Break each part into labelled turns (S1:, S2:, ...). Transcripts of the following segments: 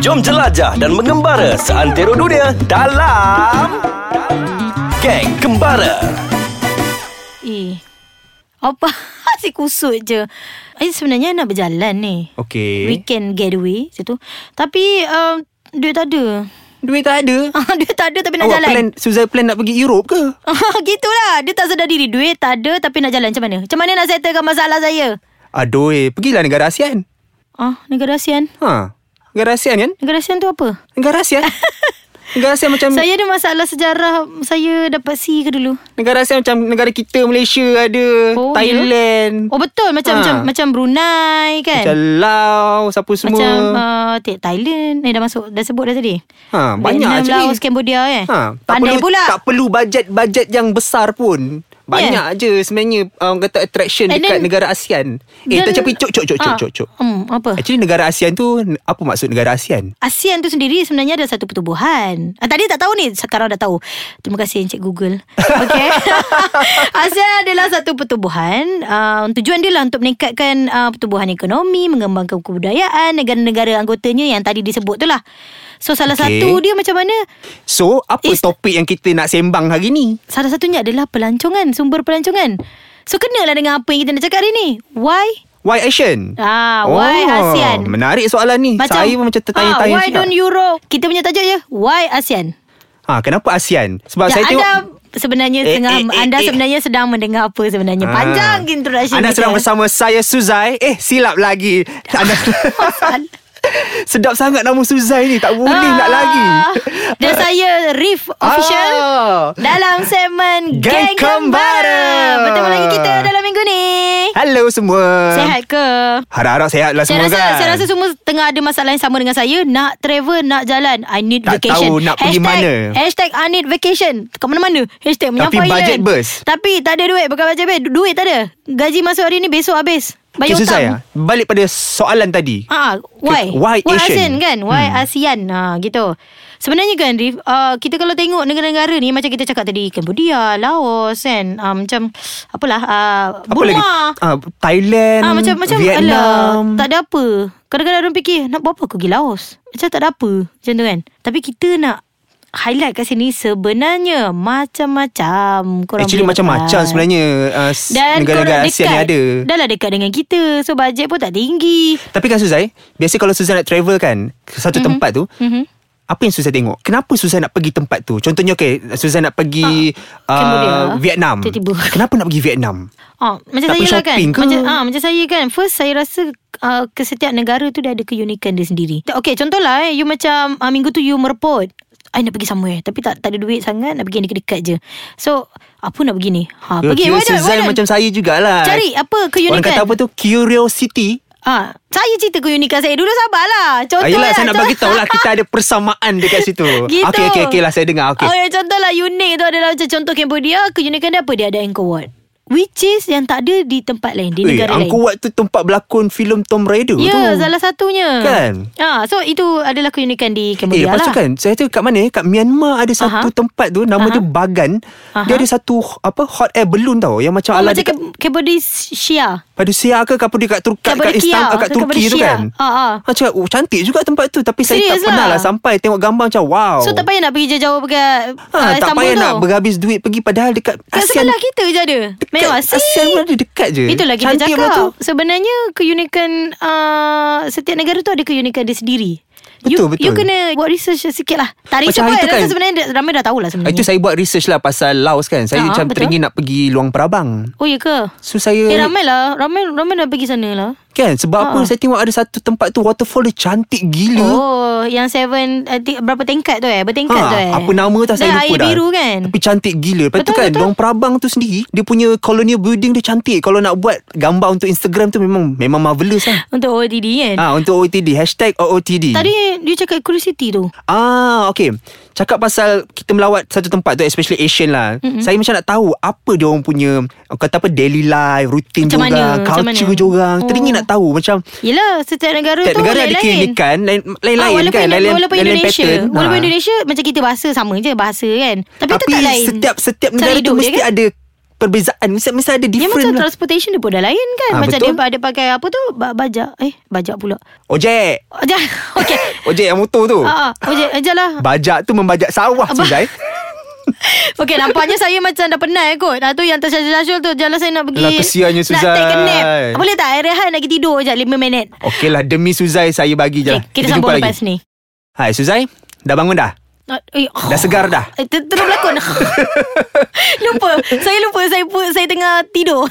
S1: Jom jelajah dan mengembara seantero dunia dalam Geng Kembara.
S2: Eh, apa si kusut je. Eh, sebenarnya nak berjalan ni.
S3: Okey.
S2: Weekend getaway situ. Tapi um, duit tak ada. Ah,
S3: Duit tak ada.
S2: duit tak ada tapi nak
S3: Awak
S2: jalan.
S3: plan Suzai plan nak pergi Europe ke?
S2: Gitulah. Dia tak sedar diri. Duit tak ada tapi nak jalan. Macam mana? Macam mana nak settlekan masalah saya?
S3: Aduh, eh, pergilah negara ASEAN.
S2: Ah, negara ASEAN.
S3: Ha. Negara ASEAN kan?
S2: Negara ASEAN tu apa?
S3: Negara ASEAN. negara ASEAN macam
S2: Saya ada masalah sejarah saya dapat C ke dulu.
S3: negara ASEAN macam negara kita Malaysia ada,
S2: Oh, ya?
S3: oh, Thailand.
S2: Oh betul macam
S3: Ha.
S2: macam macam Brunei kan.
S3: Macam Laos Apa semua
S2: Macam uh, Tek- Thailand Eh dah masuk Dah sebut dah tadi
S3: Ha, banyak
S2: Vietnam,
S3: je ni.
S2: Laos, Cambodia eh
S3: ha, tak
S2: Pandai
S3: perlu,
S2: pula
S3: Tak perlu bajet-bajet yang besar pun Banyak yeah. je sebenarnya Orang kata attraction
S2: And
S3: And Dekat
S2: then-
S3: negara ASEAN Eh
S2: Dan-
S3: tercapik Cuk cuk cuk cuk
S2: Ah,
S3: cuk cuk
S2: Hmm, apa?
S3: Actually negara ASEAN tu Apa maksud negara ASEAN?
S2: ASEAN tu sendiri sebenarnya ada satu pertubuhan. Ah, tadi tak tahu ni, sekarang dah tahu. Terima kasih Encik Google. Okay. ASEAN adalah satu pertubuhan. Uh, tujuan dia lah untuk meningkatkan uh, pertubuhan ekonomi, mengembangkan kebudayaan negara-negara anggotanya yang tadi disebut tu lah. So salah okay.
S3: Okey.
S2: satu dia macam mana?
S3: So apa
S2: Is-
S3: Is... topik yang kita nak sembang hari ni?
S2: Salah satunya adalah pelancongan, sumber pelancongan. So kenalah dengan apa yang kita nak cakap hari ni. Why?
S3: Why ASEAN?
S2: Ah, why ASEAN?
S3: Menarik soalan ni macam, Saya pun macam tertanya-tanya
S2: ah, Why
S3: juga.
S2: don't Europe? Kita punya tajuk je, why ASEAN?
S3: ha, Kenapa ASEAN?
S2: Ya,
S3: Sebab Ah, saya
S2: anda
S3: tengok
S2: sebenarnya eh,
S3: Eh,
S2: tengah
S3: eh, eh,
S2: anda
S3: eh.
S2: sebenarnya sedang mendengar apa sebenarnya.
S3: Ah.
S2: Panjang introduction
S3: Anda
S2: kita.
S3: sedang bersama saya Suzai Eh silap lagi Anda Sedap sangat nama Suzai ni Tak boleh
S2: Ah.
S3: nak lagi
S2: Dan saya Riff Official
S3: Ah.
S2: dalam segmen Geng
S3: Geng
S2: Kembara.
S3: Kembara.
S2: Bertemu lagi kita dalam minggu ni.
S3: Hello semua
S2: Sehat ke?
S3: Harap-harap sehat lah
S2: Saya
S3: semua
S2: rasa,
S3: kan
S2: saya rasa semua tengah ada masalah yang sama dengan saya Nak travel, nak jalan I need
S3: Tak
S2: vacation
S3: tahu nak pergi
S2: hashtag,
S3: mana.
S2: Hashtag I need vacation Kat mana-mana Hashtag
S3: Tapi
S2: menyampaikan
S3: bajet burst.
S2: Tapi tak ada duit Bukan bajet burst Duit tak ada Gaji masuk hari ni besok habis Bayar
S3: Okay,
S2: hutang
S3: Suzai, ah, Balik pada soalan tadi
S2: Ah, why?
S3: Okay, why Asian? Hmm.
S2: ASEAN kan? Why ASEAN? Ha, gitu. Sebenarnya kan, Rif, uh, kita kalau tengok negara-negara ni macam kita cakap tadi, Cambodia, Laos kan, uh, macam apalah, uh,
S3: Apa lagi?
S2: Burma.
S3: Ah, Thailand
S2: Ah, macam macam
S3: Vietnam
S2: alah, tak ada apa. Kadang-kadang orang fikir, nak buat apa aku pergi Laos? Macam tak ada apa. Macam tu kan. Tapi kita nak highlight kat sini sebenarnya macam-macam korang
S3: Actually
S2: boleh
S3: macam-macam
S2: dapat.
S3: sebenarnya uh, s-
S2: Dan
S3: Negara-negara
S2: korang
S3: ASEAN
S2: dekat
S3: ni ada
S2: Dah lah dekat dengan kita So bajet pun tak tinggi
S3: Tapi kan Suzai Biasa kalau Suzai nak travel kan ke Satu
S2: Mhm.
S3: mm-hmm. tempat tu mm-hmm. Apa yang Suzai tengok Kenapa Suzai nak pergi tempat tu Contohnya okay Suzai nak pergi
S2: Ah, Cambodia.
S3: uh, Vietnam
S2: Tiba-tiba.
S3: Kenapa nak pergi Vietnam
S2: Ah, macam saya
S3: Nak pergi
S2: lah kan.
S3: shopping ke?
S2: Macam ah macam saya kan. First saya rasa uh, ke setiap negara tu dia ada keunikan dia sendiri. Okay, contohlah eh you macam uh, minggu tu you merepot. I nak pergi somewhere tapi tak tak ada duit sangat nak pergi yang dekat-dekat je. So, apa nak pergi ni? Ha,
S3: Ya,
S2: pergi
S3: kira
S2: why not? Why
S3: Suzai
S2: not?
S3: macam saya jugalah
S2: Cari apa kan? keunikan?
S3: Orang kata apa tu Curiosity
S2: Ah, saya cerita keunikan saya dulu sabarlah. Contoh
S3: Ayolah Ah, saya nak
S2: contoh-
S3: bagi tahu lah Kita ada persamaan dekat situ
S2: gitu. Oh, ya.
S3: Okay okay okay lah saya dengar okay.
S2: okay contohlah unik tu adalah macam contoh Cambodia keunikan dia apa dia ada Angkor Wat. Which is yang tak ada di tempat lain di
S3: Eh,
S2: negara lain.
S3: Angkor Wat tu tempat berlakon filem Tom Raider
S2: Ya,
S3: tu.
S2: salah satunya.
S3: Kan?
S2: Ha, so itu adalah keunikan di
S3: Eh,
S2: Cambodia
S3: lepas
S2: lah.
S3: tu kan Saya tu kat mana eh? Kat Myanmar ada
S2: Aha.
S3: satu tempat tu Nama
S2: Aha.
S3: dia Bagan Dia
S2: Aha.
S3: ada satu apa Hot air balloon tau Yang macam
S2: Oh,
S3: ala
S2: macam
S3: dekat
S2: Cam- Cappadocia.
S3: Padusia ke Kat dekat, Tur- kat, kat,
S2: Cappadocia.
S3: Islam, kat
S2: Kat
S3: Turki tu
S2: Cappadocia.
S3: kan
S2: Ha, ha.
S3: Ha, cakap, oh, cantik juga tempat tu Tapi saya
S2: Serius
S3: tak pernah
S2: lah.
S3: lah sampai Tengok gambar macam wow
S2: So tak payah nak pergi jauh-jauh ke ah,
S3: ha, Oh. Tak payah
S2: tu.
S3: nak berhabis duit pergi Padahal dekat
S2: Kat
S3: ASEAN
S2: sebelah kita je ada.
S3: dekat,
S2: Mewah. sih.
S3: ASEAN pun ada dekat je
S2: Itulah kita
S3: Cantik pula tu.
S2: cakap. Sebenarnya keunikan uh, setiap negara tu ada keunikan dia sendiri. you,
S3: Betul, betul.
S2: You kena buat research sikit lah. Tak research
S3: Macam
S2: pun
S3: hari tu
S2: rasa
S3: kan.
S2: sebenarnya dah- ramai dah tahu lah sebenarnya.
S3: Itu saya buat research lah Pasal Laos kan Saya
S2: Ha,
S3: macam
S2: betul.
S3: teringin nak pergi Luang Prabang
S2: Oh ya ke?
S3: So saya
S2: Eh ramai lah. Ramai, ramai dah pergi sana lah.
S3: Kan sebab apa
S2: Ha.
S3: Saya tengok ada satu tempat tu Waterfall dia cantik gila Ha,
S2: Oh, yang seven uh, ti- berapa tingkat tu eh? Bertingkat tu eh.
S3: Apa nama tu saya
S2: dah, air
S3: lupa dah
S2: biru kan.
S3: Tapi cantik gila Lepas
S2: Betul,
S3: tu kan
S2: betul.
S3: Dong Prabang tu sendiri Dia punya colonial building dia cantik Kalau nak buat gambar untuk Instagram tu Memang memang marvellous lah
S2: Untuk ODD kan.
S3: Ah untuk OOTD Hashtag OOTD
S2: Tadi dia cakap curiosity tu.
S3: Ah okay Cakap pasal Kita melawat satu tempat tu Especially Asian lah mm-hmm. Saya macam nak tahu Apa dia orang punya orang Kata apa Daily life Rutin
S2: Macam
S3: diorang
S2: mana, macam
S3: Culture
S2: mana?
S3: diorang
S2: Oh.
S3: Teringin nak tahu Macam
S2: Yelah, setiap negara
S3: Setiap
S2: tu
S3: negara ada
S2: lain-lain.
S3: keunikan lain-
S2: Ah,
S3: Lain-lain
S2: walaupun,
S3: kan
S2: Indo-
S3: lain-lain,
S2: walaupun
S3: lain-lain
S2: Indonesia
S3: pattern.
S2: Walaupun
S3: Ah.
S2: Indonesia Macam kita bahasa sama je Bahasa kan Tapi,
S3: Tapi
S2: tetap lain
S3: setiap setiap
S2: Cara
S3: negara tu
S2: hidup dia
S3: mesti
S2: kan?
S3: ada perbezaan Mesti, mesti ada
S2: Dia
S3: different
S2: macam
S3: lah
S2: transportation dia pun dah lain kan
S3: Ah,
S2: Macam
S3: betul.
S2: dia ada pakai apa tu ba- Bajak Eh bajak pula
S3: Ojek
S2: Oh, Jangan Okay
S3: Ojek yang motor tu
S2: Ah, ah, ojek ojek lah
S3: Bajak tu membajak sawah tu Zai
S2: Okay nampaknya saya macam dah penat kot Nah tu yang tersyul-syul tu Jalan saya nak pergi
S3: Lah, kesiannya
S2: Nak take a
S3: Suzai.
S2: nap Boleh tak I rehat nak pergi tidur je 5 minit
S3: Okey lah demi Suzai saya bagi je
S2: Okay,
S3: lah
S2: kita sambung lepas ni
S3: Hai Suzai Dah bangun dah?
S2: Ah, eh,
S3: Dah segar dah?
S2: Eh, ter- Terus berlakon Lupa Saya lupa Saya pu- saya tengah tidur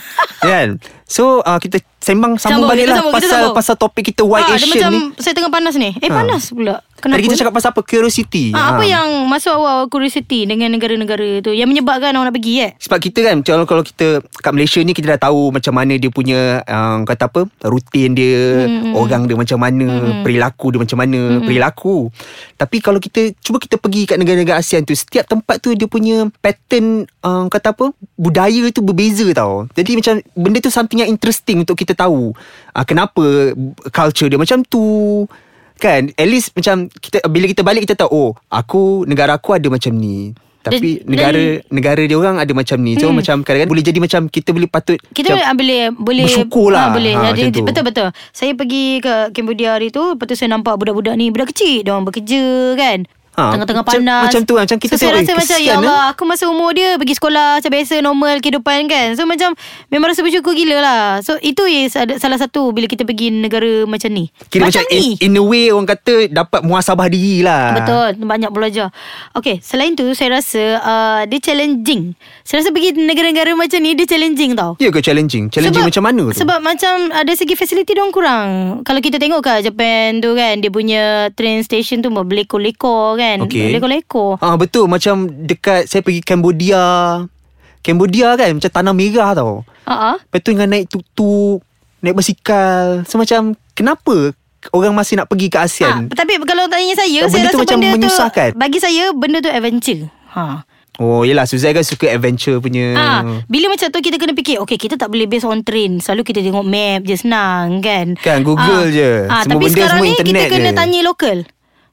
S3: Kan So uh, kita sembang
S2: Sambung,
S3: Sambung, balik
S2: kita
S3: lah
S2: sambung, kita
S3: pasal,
S2: sambung.
S3: pasal topik kita
S2: Ah,
S3: Why
S2: dia
S3: Asian
S2: macam
S3: ni
S2: Saya tengah panas ni Eh
S3: Ah.
S2: panas pula Kenapa
S3: Tadi kita cakap pasal apa Curiosity
S2: Ah, apa
S3: Ah.
S2: yang masuk awal curiosity dengan negara-negara tu yang menyebabkan orang nak pergi eh?
S3: Sebab kita kan Kalau, kalau kita Kat Malaysia ni Kita dah tahu Macam mana dia punya um, Kata apa Rutin dia hmm. Orang dia macam mana hmm. Perilaku dia macam mana hmm. Perilaku Tapi kalau kita Cuba kita pergi Kat negara-negara ASEAN tu Setiap tempat tu Dia punya pattern um, Kata apa Budaya tu berbeza tau Jadi macam Benda tu something yang interesting Untuk kita tahu uh, Kenapa Culture dia macam tu Kan At least macam kita Bila kita balik kita tahu Oh Aku Negara aku ada macam ni tapi
S2: Dan-
S3: negara
S2: dan-
S3: negara dia orang ada macam ni. So hmm. macam kadang-kadang boleh jadi macam kita boleh patut
S2: Kita
S3: macam,
S2: Jom, boleh boleh
S3: bersyukur lah.
S2: ah, boleh.
S3: Ha,
S2: Ha, Jadi,
S3: macam tu.
S2: betul betul. Saya pergi ke Cambodia hari tu, lepas tu saya nampak budak-budak ni, budak kecil, dia orang bekerja kan.
S3: Ha,
S2: Tengah-tengah
S3: macam-
S2: panas
S3: macam tu lah. Macam kita
S2: so, Saya rasa
S3: tengok, eh,
S2: macam Ya
S3: kesian,
S2: Allah Aku masa umur dia Pergi sekolah Macam biasa normal Kehidupan kan So macam Memang rasa bersyukur gila lah So itu is ada- salah satu Bila kita pergi negara macam ni
S3: kira macam,
S2: ni
S3: in, in a way orang kata dapat muhasabah diri lah.
S2: Betul Banyak belajar Okay Selain tu Saya rasa uh, Dia challenging Saya rasa pergi negara-negara macam ni Dia challenging tau
S3: Ya ke challenging? Challenging macam mana tu?
S2: Sebab macam Ada segi facility Diorang kurang Kalau kita tengok kat Japan tu kan Dia punya train station tu Berleko-leko kan
S3: Okey.
S2: Berleko-leko
S3: Ah betul macam dekat saya pergi Cambodia. Cambodia kan macam tanah merah tau.
S2: uh-huh.
S3: Lepas tu dengan naik tuk-tuk, naik basikal. So macam kenapa orang masih nak pergi ke
S2: ha,
S3: ASEAN?
S2: Tapi kalau tanya saya
S3: Benda
S2: Saya
S3: tu
S2: rasa
S3: macam
S2: benda
S3: menyusahkan.
S2: tu Bagi saya Benda tu adventure Ha.
S3: Oh yelah Suzai kan suka adventure punya.
S2: Ah, bila macam tu kita kena fikir, okay kita tak boleh based on train. Selalu kita tengok map je senang kan.
S3: Kan, Google je.
S2: Ah,
S3: Semua
S2: tapi
S3: benda
S2: sekarang
S3: semua
S2: ni kita
S3: internet
S2: kena
S3: je.
S2: tanya lokal.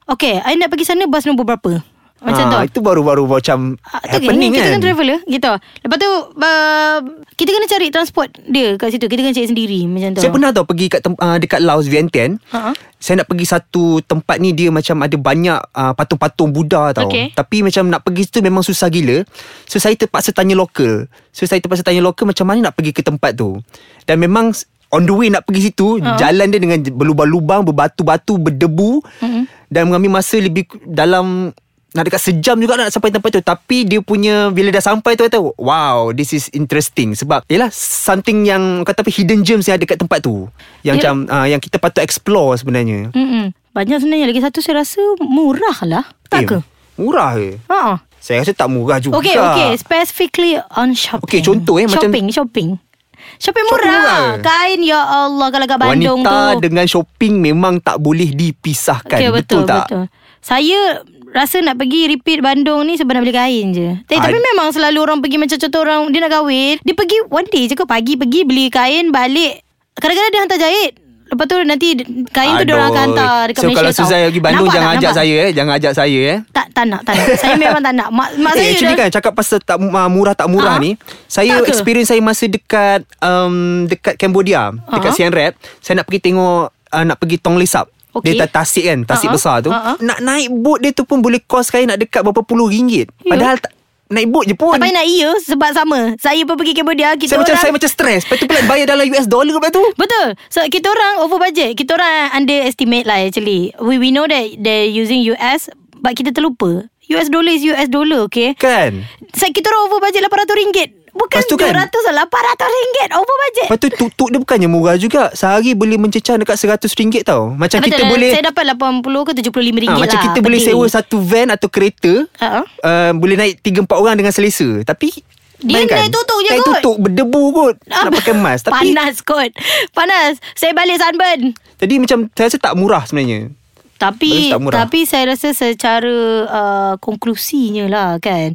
S2: Okay, I nak pergi sana bas nombor berapa? Macam
S3: Ah,
S2: tu.
S3: Itu baru-baru macam
S2: Ah, tu
S3: happening
S2: kita
S3: kan.
S2: kena traveler gitu. Lepas tu uh, kita kena cari transport dia kat situ. Kita kena cari sendiri macam tu.
S3: Saya pernah tau pergi kat tem- uh, dekat Laos Vientiane.
S2: Ha.
S3: Saya nak pergi satu tempat ni dia macam ada banyak uh, patung-patung Buddha tau.
S2: Okey.
S3: Tapi macam nak pergi situ memang susah gila. So saya terpaksa tanya lokal. So saya terpaksa tanya lokal macam mana nak pergi ke tempat tu. Dan memang s- on the way nak pergi situ,
S2: Ha.
S3: jalan dia dengan berlubang-lubang, berbatu-batu, berdebu dan mengambil masa lebih ku- dalam nak dekat sejam juga nak sampai tempat tu tapi dia punya bila dah sampai tu I tahu wow this is interesting sebab yalah something yang kata apa hidden gems yang ada dekat tempat tu yang
S2: Yalah.
S3: macam uh, yang kita patut explore sebenarnya
S2: Mm-mm. Banyak sebenarnya lagi satu saya rasa murah lah. Tak ke?
S3: Eh, murah ke?
S2: Ha.
S3: Saya rasa tak murah juga.
S2: Okay, okay. Specifically on shopping.
S3: Okey, contoh eh, macam-
S2: shopping, shopping. Shopping
S3: Shopping
S2: murah.
S3: murah ke?
S2: Kain ya Allah kalau kat Bandung tu.
S3: Wanita dengan shopping memang tak boleh dipisahkan.
S2: Okey,
S3: Kan? betul, tak?
S2: Betul. Saya rasa nak pergi repeat Bandung ni sebab nak beli kain je. Tapi,
S3: Ad-
S2: tapi memang selalu orang pergi macam contoh orang dia nak kahwin, dia pergi one day je ke pagi pergi beli kain balik. Kadang-kadang dia hantar jahit. Lepas tu nanti kain tu dia orang akan
S3: Aduh.
S2: hantar dekat
S3: so,
S2: Malaysia
S3: kalau
S2: tau.
S3: Suzai pergi Bandung
S2: Nampak
S3: jangan
S2: tak?
S3: ajak
S2: Nampak?
S3: saya eh, jangan ajak saya eh.
S2: Tak, tak nak, tak nak. Saya memang tak nak. Mak, mak saya
S3: eh, actually
S2: dah,
S3: kan cakap pasal tak uh, murah tak murah
S2: Ah.
S3: ni. Saya
S2: Tak ke?
S3: experience saya masa dekat um, dekat Cambodia,
S2: Uh-huh.
S3: dekat Siem Reap, saya nak pergi tengok uh, nak pergi Tong Lesap.
S2: Okey.
S3: Dia tak tasik kan
S2: Ah,
S3: Tasik
S2: ah.
S3: besar tu
S2: Ah, ah.
S3: Nak naik boat dia tu pun Boleh cost kaya nak dekat Berapa puluh ringgit
S2: Ya.
S3: Padahal tak, Naik boat je pun
S2: Tak payah nak ya Sebab sama Saya pun pergi Cambodia Kita
S3: Saya
S2: orang
S3: macam saya macam stres Lepas tu pula bayar dalam US dollar Lepas tu
S2: Betul So kita orang over budget Kita orang underestimate lah actually We we know that They're using US But kita terlupa US dollar is US dollar okay
S3: Kan
S2: so, Kita orang over budget RM800 ringgit. Bukan
S3: Lepas tu kan-
S2: RM200 kan? RM800 ringgit Over budget
S3: Lepas tu tuk-tuk dia bukannya murah juga Sehari boleh mencecah dekat RM100 tau Macam
S2: Betul
S3: kita
S2: lah.
S3: boleh
S2: Saya dapat 80 ke 75 ringgit
S3: ha,
S2: lah Ha?
S3: Macam kita boleh
S2: per day.
S3: sewa satu van atau kereta
S2: Ha-ha.
S3: uh, Boleh naik 3-4 orang dengan selesa Tapi
S2: Dia
S3: bayangkan,
S2: naik tuk-tuk je
S3: Naik
S2: kot.
S3: tutup berdebu kot Nak
S2: Apa?
S3: pakai mask Tapi
S2: Panas kot Panas Saya balik sunburn
S3: Jadi macam saya rasa tak murah sebenarnya
S2: Tapi
S3: Bagus tak murah.
S2: tapi saya rasa secara uh, konklusinya lah kan.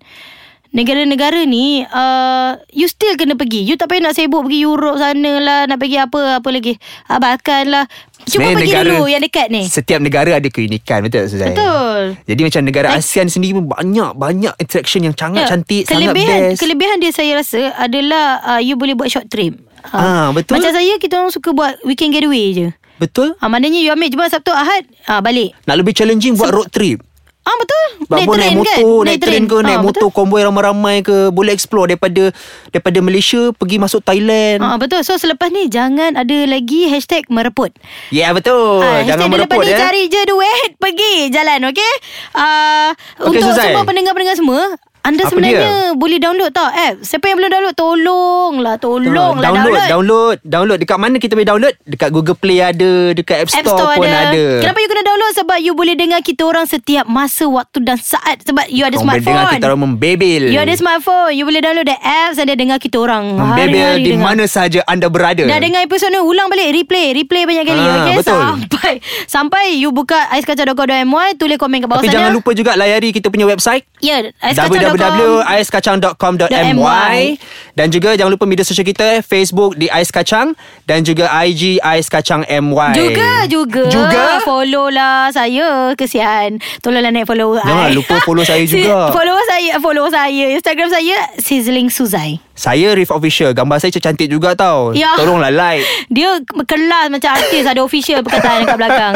S2: negara-negara ni uh, you still kena pergi. You tak payah nak sibuk pergi Europe sana lah, nak pergi apa apa lagi. Ah, bahkan lah cuba
S3: Sebenarnya
S2: pergi negara, dulu yang dekat ni.
S3: Setiap negara ada keunikan Betul tak Suzai?
S2: Betul.
S3: Jadi macam negara ASEAN sendiri pun Banyak-banyak interaction yang sangat
S2: Ya,
S3: cantik
S2: kelebihan,
S3: Sangat best
S2: Kelebihan dia saya rasa adalah uh, you boleh buat short trip.
S3: Ah,
S2: Ah,
S3: betul.
S2: Macam saya kita orang suka buat weekend getaway je.
S3: Betul
S2: Ah maknanya you ambil Jumaat Sabtu Ahad ah balik.
S3: Nak lebih challenging Buat road trip
S2: Ah betul. kan?
S3: Baik pun naik motor Naik, train ke Naik
S2: Ah,
S3: motor
S2: betul.
S3: Konvoi ramai-ramai ke Boleh explore Daripada Daripada Malaysia Pergi masuk Thailand
S2: Ah betul. So selepas ni jangan ada lagi hashtag mereput.
S3: Ya yeah, betul
S2: Ah,
S3: Jangan
S2: hashtag Lepas
S3: merepot
S2: ni
S3: ya
S2: cari je duit Pergi jalan Okay uh,
S3: Okey,
S2: Untuk
S3: Suzai.
S2: semua pendengar-pendengar semua anda
S3: Apa
S2: sebenarnya dia? boleh download tau app. Siapa yang belum download tolonglah tolonglah
S3: download, download download download dekat mana kita boleh download dekat Google Play ada dekat App Store,
S2: App Store
S3: pun
S2: ada.
S3: ada,
S2: Kenapa you kena download? Sebab you boleh dengar kita orang setiap masa, waktu dan saat. Sebab you ada
S3: Korang boleh
S2: smartphone.
S3: dengar kita orang membebel
S2: You ada smartphone. You boleh download the apps dan dia dengar kita orang.
S3: membebel
S2: Hari-hari
S3: di
S2: dengar.
S3: mana sahaja anda berada
S2: Dah dengar episod ni Ulang balik Replay Replay banyak kali
S3: Ah,
S2: okay?
S3: betul.
S2: Sampai Sampai you buka Aiskacau.com.my Tulis komen kat bawah
S3: tapi
S2: sana
S3: jangan lupa juga layari kita punya website
S2: Ya Aiskacau.com
S3: www.aiskacang.com.my dan juga jangan lupa media sosial kita Facebook di Ais Kacang dan juga IG Ais Kacang MY.
S2: juga juga
S3: Juga?
S2: follow lah saya kesian tolonglah naik follow
S3: Jangan
S2: I.
S3: lupa follow saya
S2: Si-
S3: juga.
S2: follow saya follow saya Instagram saya sizzling suzai
S3: Saya Rif Official. Gambar saya cantik juga tau.
S2: Ya.
S3: Tolonglah like.
S2: dia ke- kelas macam artis ada official perkataan dekat belakang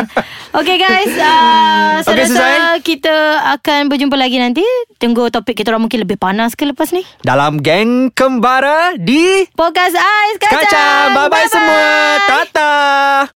S2: Okay guys uh, saya
S3: Okay,
S2: rasa
S3: Suzai.
S2: kita akan berjumpa lagi nanti tunggu topik kita orang mungkin lebih panas ke lepas ni
S3: Dalam geng kembara di
S2: podcast ais kacang,
S3: Kacang. Bye-bye semua. Tata.